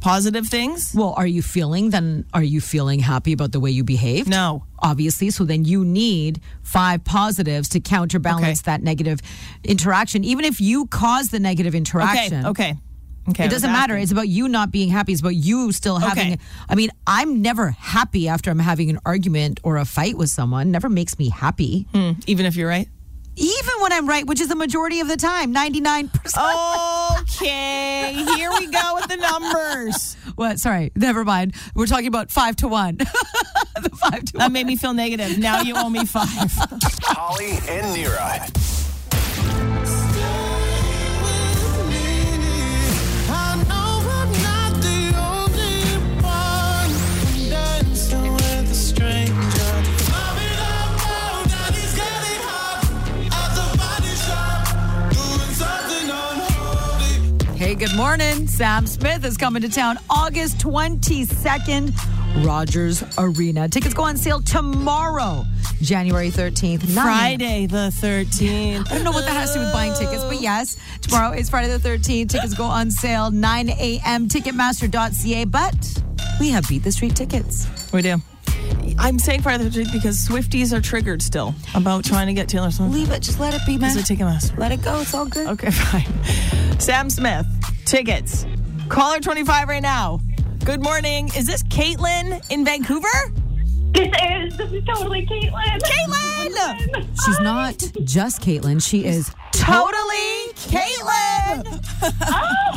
Speaker 8: positive things?
Speaker 9: Well, are you feeling then? Are you feeling happy about the way you behaved?
Speaker 8: No.
Speaker 9: Obviously. So then you need five positives to counterbalance
Speaker 8: Okay.
Speaker 9: that negative interaction. Even if you cause the negative interaction.
Speaker 8: Okay, okay. Okay. I
Speaker 9: It
Speaker 8: was
Speaker 9: doesn't matter.
Speaker 8: asking.
Speaker 9: It's about you not being happy. It's about you still having.
Speaker 8: Okay.
Speaker 9: I mean, I'm never happy after I'm having an argument or a fight with someone. Never makes me happy.
Speaker 8: Hmm. Even if you're right.
Speaker 9: Even when I'm right, which is the majority of the time, 99%.
Speaker 8: Okay, here we go with the numbers.
Speaker 9: What? Sorry. Never mind. We're talking about five to one. [laughs] the five to
Speaker 8: That
Speaker 9: one.
Speaker 8: made me feel negative. Now you owe me five.
Speaker 2: Holly and Nira.
Speaker 9: Hey, good morning. Sam Smith is coming to town August 22nd, Rogers Arena. Tickets go on sale tomorrow, January 13th. nine.
Speaker 8: Friday the 13th.
Speaker 9: I don't know what that has to do with buying tickets, but yes, tomorrow is Friday the 13th. Tickets go on sale 9 a.m. Ticketmaster.ca, but we have Beat the Street tickets.
Speaker 8: We do. I'm saying Friday the 13th because Swifties are triggered still about trying to get Taylor Swift.
Speaker 9: Leave it. Just let it be, man.
Speaker 8: Is it taking us?
Speaker 9: Let it go. It's all good.
Speaker 8: Okay, [laughs] fine. Sam Smith, tickets. Caller 25 right now. Good morning. Is this Caitlin in Vancouver?
Speaker 11: This is this is totally Caitlin. [laughs]
Speaker 8: Caitlin!
Speaker 9: She's not just Caitlin. She is
Speaker 8: Totally Caitlin!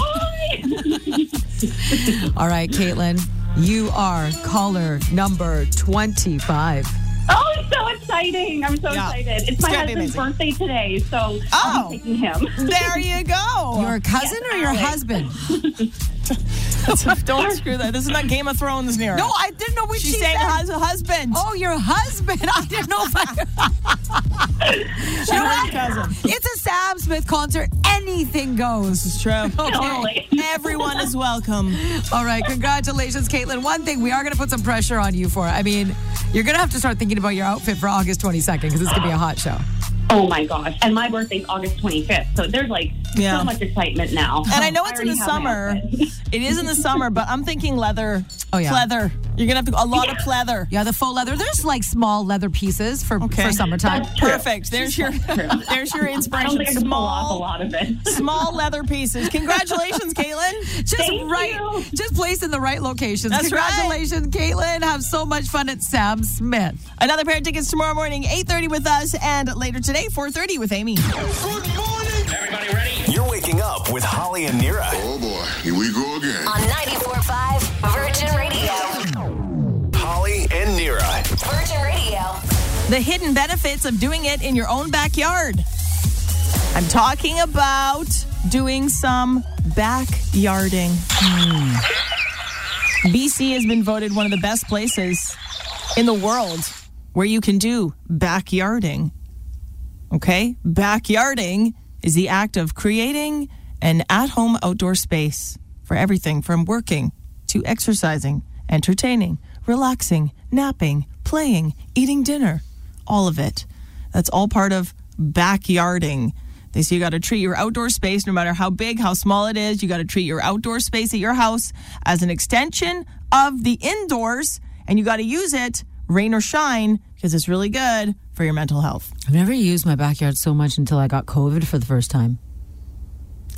Speaker 11: Oh,
Speaker 9: All right, Caitlin, you are caller number 25.
Speaker 11: Oh, it's so exciting! I'm so
Speaker 8: Yeah.
Speaker 11: excited. It's
Speaker 8: It's
Speaker 11: my
Speaker 8: gonna be
Speaker 11: husband's
Speaker 8: amazing.
Speaker 11: birthday today, so
Speaker 8: Oh.
Speaker 11: I'll be taking him.
Speaker 8: There
Speaker 11: [laughs]
Speaker 8: you go.
Speaker 9: Your cousin or your
Speaker 11: Alex.
Speaker 9: husband?
Speaker 11: [laughs]
Speaker 8: Don't screw that. This is not Game of Thrones near.
Speaker 9: [laughs] No, I didn't know what
Speaker 8: she's
Speaker 9: she
Speaker 8: saying
Speaker 9: said.
Speaker 8: hus- husband.
Speaker 9: Oh, your husband. [laughs] I didn't know if I.
Speaker 8: She heard cousin.
Speaker 9: it's a Sam Smith concert. Anything goes.
Speaker 8: It's
Speaker 11: [laughs]
Speaker 8: true.
Speaker 11: Oh. Totally.
Speaker 8: Everyone is welcome.
Speaker 11: [laughs]
Speaker 9: All right, congratulations, Caitlin. One thing we are going to put some pressure on you for. I mean, you're going to have to start thinking about your outfit for August 22nd because it's going to be a hot show.
Speaker 11: Oh my gosh! And my birthday's August 25th, so there's like
Speaker 8: Yeah.
Speaker 11: so much excitement now. Oh,
Speaker 8: And I know it's in the
Speaker 11: already have my
Speaker 8: summer.
Speaker 11: [laughs] outfit.
Speaker 8: It is in the summer, but I'm thinking leather.
Speaker 9: Oh, yeah.
Speaker 8: Pleather. You're going to have to a lot of pleather.
Speaker 9: Yeah, the faux leather. There's like small leather pieces for
Speaker 8: Okay.
Speaker 9: for summertime.
Speaker 11: That's true.
Speaker 8: Perfect. There's your [laughs] there's your
Speaker 11: I don't
Speaker 8: inspiration.
Speaker 11: think I can pull off a
Speaker 8: Small
Speaker 11: lot of it.
Speaker 8: small leather pieces. Congratulations,
Speaker 11: [laughs]
Speaker 8: Caitlin.
Speaker 9: Just
Speaker 11: Thank
Speaker 9: right,
Speaker 11: you.
Speaker 9: just placed in the right locations.
Speaker 8: That's right.
Speaker 9: Congratulations, Caitlin. Have so much fun at Sam Smith.
Speaker 8: Another pair of tickets tomorrow morning, 8:30 with us, and later today, 4:30 with Amy.
Speaker 2: You're waking up with Holly and Nira.
Speaker 10: Oh boy, here we go again.
Speaker 6: On 94.5 Virgin Radio.
Speaker 2: Holly and Nira.
Speaker 6: Virgin Radio.
Speaker 8: The hidden benefits of doing it in your own backyard. I'm talking about doing some backyarding. BC has been voted one of the best places in the world where you can do backyarding. Okay? Backyarding is the act of creating an at home outdoor space for everything from working to exercising, entertaining, relaxing, napping, playing, eating dinner, all of it. That's all part of backyarding. They say you got to treat your outdoor space, no matter how big, how small it is, you got to treat your outdoor space at your house as an extension of the indoors, and you got to use it, rain or shine, because it's really good for your mental health.
Speaker 9: I've never used my backyard so much until I got COVID for the first time.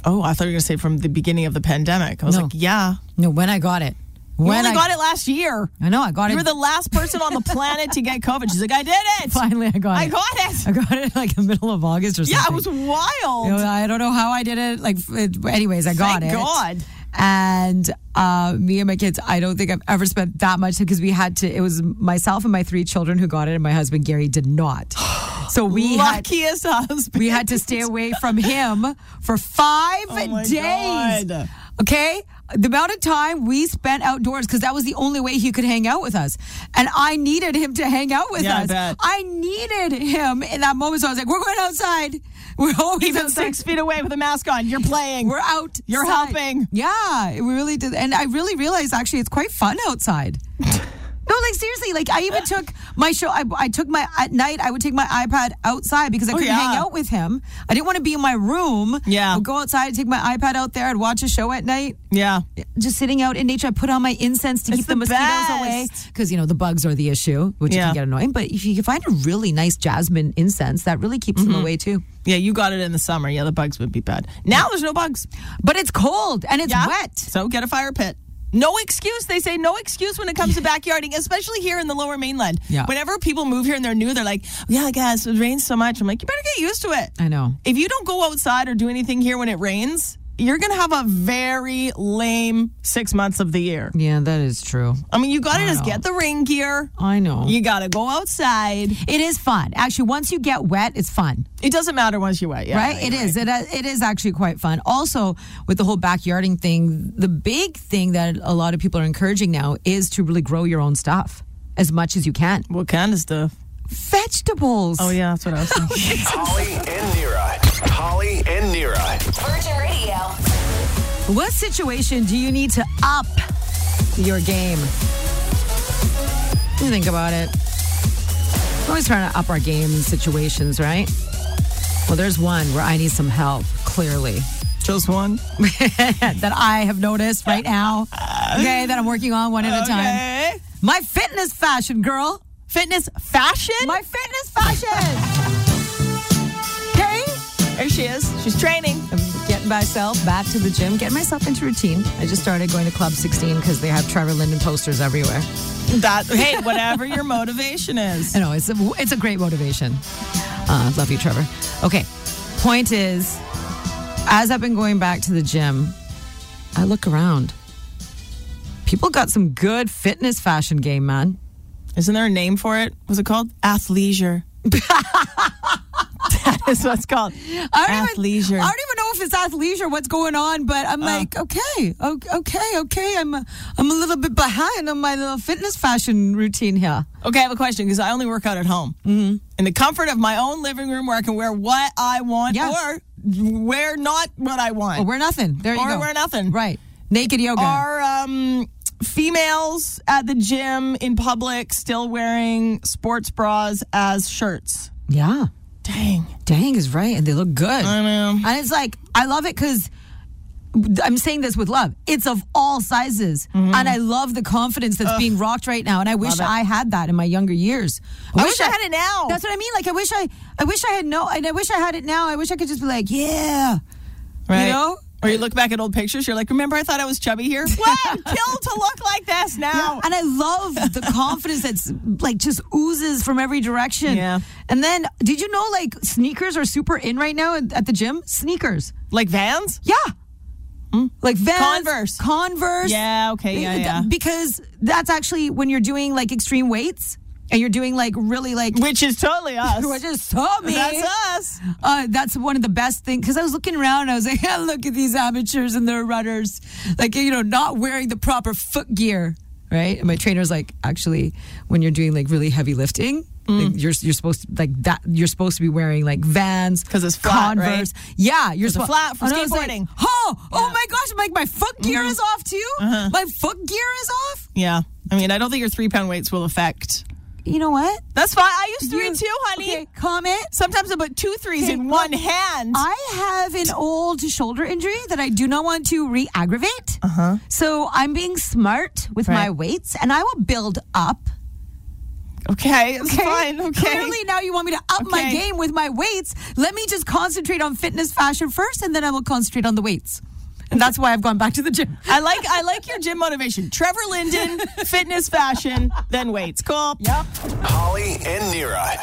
Speaker 8: Oh, I thought you were going to say from the beginning of the pandemic. I was
Speaker 9: No.
Speaker 8: like, yeah.
Speaker 9: No, when I got it,
Speaker 8: You only got it last year.
Speaker 9: I know, I got
Speaker 8: You were
Speaker 9: it.
Speaker 8: the last person on the planet to get COVID. She's like, I did it.
Speaker 9: [laughs] Finally, I got
Speaker 8: I
Speaker 9: it.
Speaker 8: got
Speaker 9: [laughs]
Speaker 8: it.
Speaker 9: I got it like the middle of August or something.
Speaker 8: Yeah, it was wild.
Speaker 9: You know, I don't know how I did it. Like, it, anyways, I got
Speaker 8: Thank
Speaker 9: it.
Speaker 8: God.
Speaker 9: And uh, me and my kids, I don't think I've ever spent that much because we had to. It was myself and my three children who got it, and my husband Gary
Speaker 8: [gasps]
Speaker 9: did not. So we had
Speaker 8: Luckiest husband.
Speaker 9: we had to stay away from him for five
Speaker 8: [laughs] Oh my
Speaker 9: days.
Speaker 8: God.
Speaker 9: Okay. The amount of time we spent outdoors because that was the only way he could hang out with us. And I needed him to hang out with
Speaker 8: Yeah, I
Speaker 9: us.
Speaker 8: bet.
Speaker 9: needed him in that moment. So I was like, we're going outside. [laughs] We're always
Speaker 8: Even
Speaker 9: outside.
Speaker 8: six feet away with a mask on. You're playing.
Speaker 9: We're out.
Speaker 8: You're helping.
Speaker 9: Yeah, we really did. And I really realized actually it's quite fun
Speaker 8: [laughs]
Speaker 9: outside. No, like seriously, like I even took my show. I, I took my at night. I would take my iPad outside because I couldn't
Speaker 8: Oh, yeah.
Speaker 9: hang out with him. I didn't want to be in my room.
Speaker 8: Yeah.
Speaker 9: I'd go outside, take my iPad out there, and watch a show at night.
Speaker 8: yeah.
Speaker 9: Just sitting out in nature. I put on my incense to
Speaker 8: It's
Speaker 9: keep the,
Speaker 8: the
Speaker 9: mosquitoes
Speaker 8: best.
Speaker 9: away because you know the bugs are the issue, which
Speaker 8: Yeah.
Speaker 9: can get annoying. But if you can find a really nice jasmine incense, that really keeps them away too.
Speaker 8: Yeah, you got it in the summer. Yeah, the bugs would be bad. Now there's no bugs.
Speaker 9: But it's cold and it's
Speaker 8: Yeah.
Speaker 9: wet.
Speaker 8: So get a fire pit. No excuse. They say no excuse when it comes to backyarding, especially here in the lower mainland.
Speaker 9: Yeah.
Speaker 8: Whenever people move here and they're new, they're like, yeah, guys, it rains so much. I'm like, you better get used to it.
Speaker 9: I know.
Speaker 8: If you don't go outside or do anything here when it rains, you're going to have a very lame six months of the year.
Speaker 9: Yeah, that is true.
Speaker 8: I mean, you got to just
Speaker 9: know.
Speaker 8: get the rain gear.
Speaker 9: I know.
Speaker 8: You got to go outside.
Speaker 9: It is fun. Actually, once you get wet, it's fun,
Speaker 8: It doesn't matter once you're wet. Yeah,
Speaker 9: right? It is. It, uh, it is actually quite fun. Also, with the whole backyarding thing, the big thing that a lot of people are encouraging now is to really grow your own stuff as much as you can.
Speaker 8: What kind of stuff?
Speaker 9: Vegetables.
Speaker 8: Oh, yeah, that's what I was
Speaker 9: [laughs]
Speaker 8: thinking.
Speaker 2: Holly and Nira. Holly and Nira.
Speaker 6: Virgin Radio.
Speaker 9: What situation do you need to up your game? You think about it. We're always trying to up our game in situations, right? Well, there's one where I need some help, clearly.
Speaker 8: Just one.
Speaker 9: [laughs] that I have noticed right now. Okay, that I'm working on one at a time.
Speaker 8: Okay.
Speaker 9: My fitness fashion, girl.
Speaker 8: Fitness fashion?
Speaker 9: My fitness fashion. Okay.
Speaker 8: There she is. She's training.
Speaker 9: I'm getting myself back to the gym, getting myself into routine. I just started going to Club 16 because they have Trevor Linden posters everywhere.
Speaker 8: That hey, whatever your motivation is.
Speaker 9: I know it's a, it's a great motivation. Uh, love you, Trevor. Okay. Point is, as I've been going back to the gym, I look around. People got some good fitness fashion game, man.
Speaker 8: Isn't there a name for it? What's it called? Athleisure. that is what's called.
Speaker 9: I don't Even,
Speaker 8: Athleisure.
Speaker 9: I don't even know if it's athleisure, what's going on, but
Speaker 8: Uh.
Speaker 9: I'm like, okay, o- okay, okay. I'm uh, I'm a little bit behind on my little fitness fashion routine here.
Speaker 8: Okay, I have a question because I only work out at home mm-hmm. in the comfort of my own living room where I can wear what I want
Speaker 9: Yeah.
Speaker 8: or wear not what I want.
Speaker 9: Or we're nothing. There you
Speaker 8: Or
Speaker 9: go.
Speaker 8: wear nothing.
Speaker 9: Right. Naked yoga.
Speaker 8: Are um, females at the gym in public still wearing sports bras as shirts?
Speaker 9: yeah.
Speaker 8: Dang.
Speaker 9: Dang is right, and they look good.
Speaker 8: I know.
Speaker 9: And it's like I love it because. I'm saying this with love. It's of all sizes.
Speaker 8: Mm-hmm.
Speaker 9: And I love the confidence that's being rocked right now. And I wish I had that in my younger years.
Speaker 8: I wish I had it now.
Speaker 9: That's what I mean. Like I wish I I wish I had no and I wish I had it now. I wish I could just be like, yeah.
Speaker 8: Right.
Speaker 9: You know?
Speaker 8: Or you look back at old pictures, you're like, remember I thought I was chubby here?
Speaker 9: [laughs]
Speaker 8: What? I'm killed to look like this now.
Speaker 9: And I love the confidence that's like just oozes from every direction.
Speaker 8: Yeah.
Speaker 9: And then did you know like sneakers are super in right now at, at the gym? Sneakers.
Speaker 8: Like Vans?
Speaker 9: Yeah. Like Vans,
Speaker 8: Mm. Converse.
Speaker 9: Converse.
Speaker 8: Yeah, okay, yeah,
Speaker 9: Th-
Speaker 8: yeah.
Speaker 9: Because that's actually when you're doing like extreme weights and you're doing like really like
Speaker 8: Which is totally us.
Speaker 9: [laughs] which is told me
Speaker 8: That's us.
Speaker 9: Uh, that's one of the best things because I was looking around and I was like, [laughs] "Yeah, look at these amateurs and their runners, like you know, not wearing the proper foot gear, right? And my trainer's like, actually, when you're doing like really heavy lifting,
Speaker 8: Mm.
Speaker 9: like, you're you're supposed to like that. You're supposed to be wearing like Vans
Speaker 8: 'Cause it's flat,
Speaker 9: Converse. Yeah, you're
Speaker 8: it's
Speaker 9: supposed
Speaker 8: flat for skateboarding. Mm-hmm.
Speaker 9: oh, oh my gosh, Mike, my foot gear is off too.
Speaker 8: Uh-huh.
Speaker 9: My foot gear is off.
Speaker 8: Yeah. I mean, I don't think your three pound weights will affect.
Speaker 9: You know what?
Speaker 8: That's fine. I use three
Speaker 9: You-
Speaker 8: too, honey.
Speaker 9: Okay, comment.
Speaker 8: Sometimes I put two threes
Speaker 9: Okay,
Speaker 8: in
Speaker 9: look,
Speaker 8: one hand.
Speaker 9: I have an old shoulder injury that I do not want to re aggravate. Uh-huh. So I'm being smart with my
Speaker 8: Right.
Speaker 9: weights and I will build up.
Speaker 8: okay, it's fine. Okay.
Speaker 9: Clearly, now you want me to up my
Speaker 8: Okay.
Speaker 9: game with my weights. Let me just concentrate on fitness fashion first and then I will concentrate on the weights. And that's why I've gone back to the gym.
Speaker 8: I like I like your gym motivation. Trevor [laughs] Linden, fitness, fashion, then weights. Cool. Yep.
Speaker 2: Holly and Nira.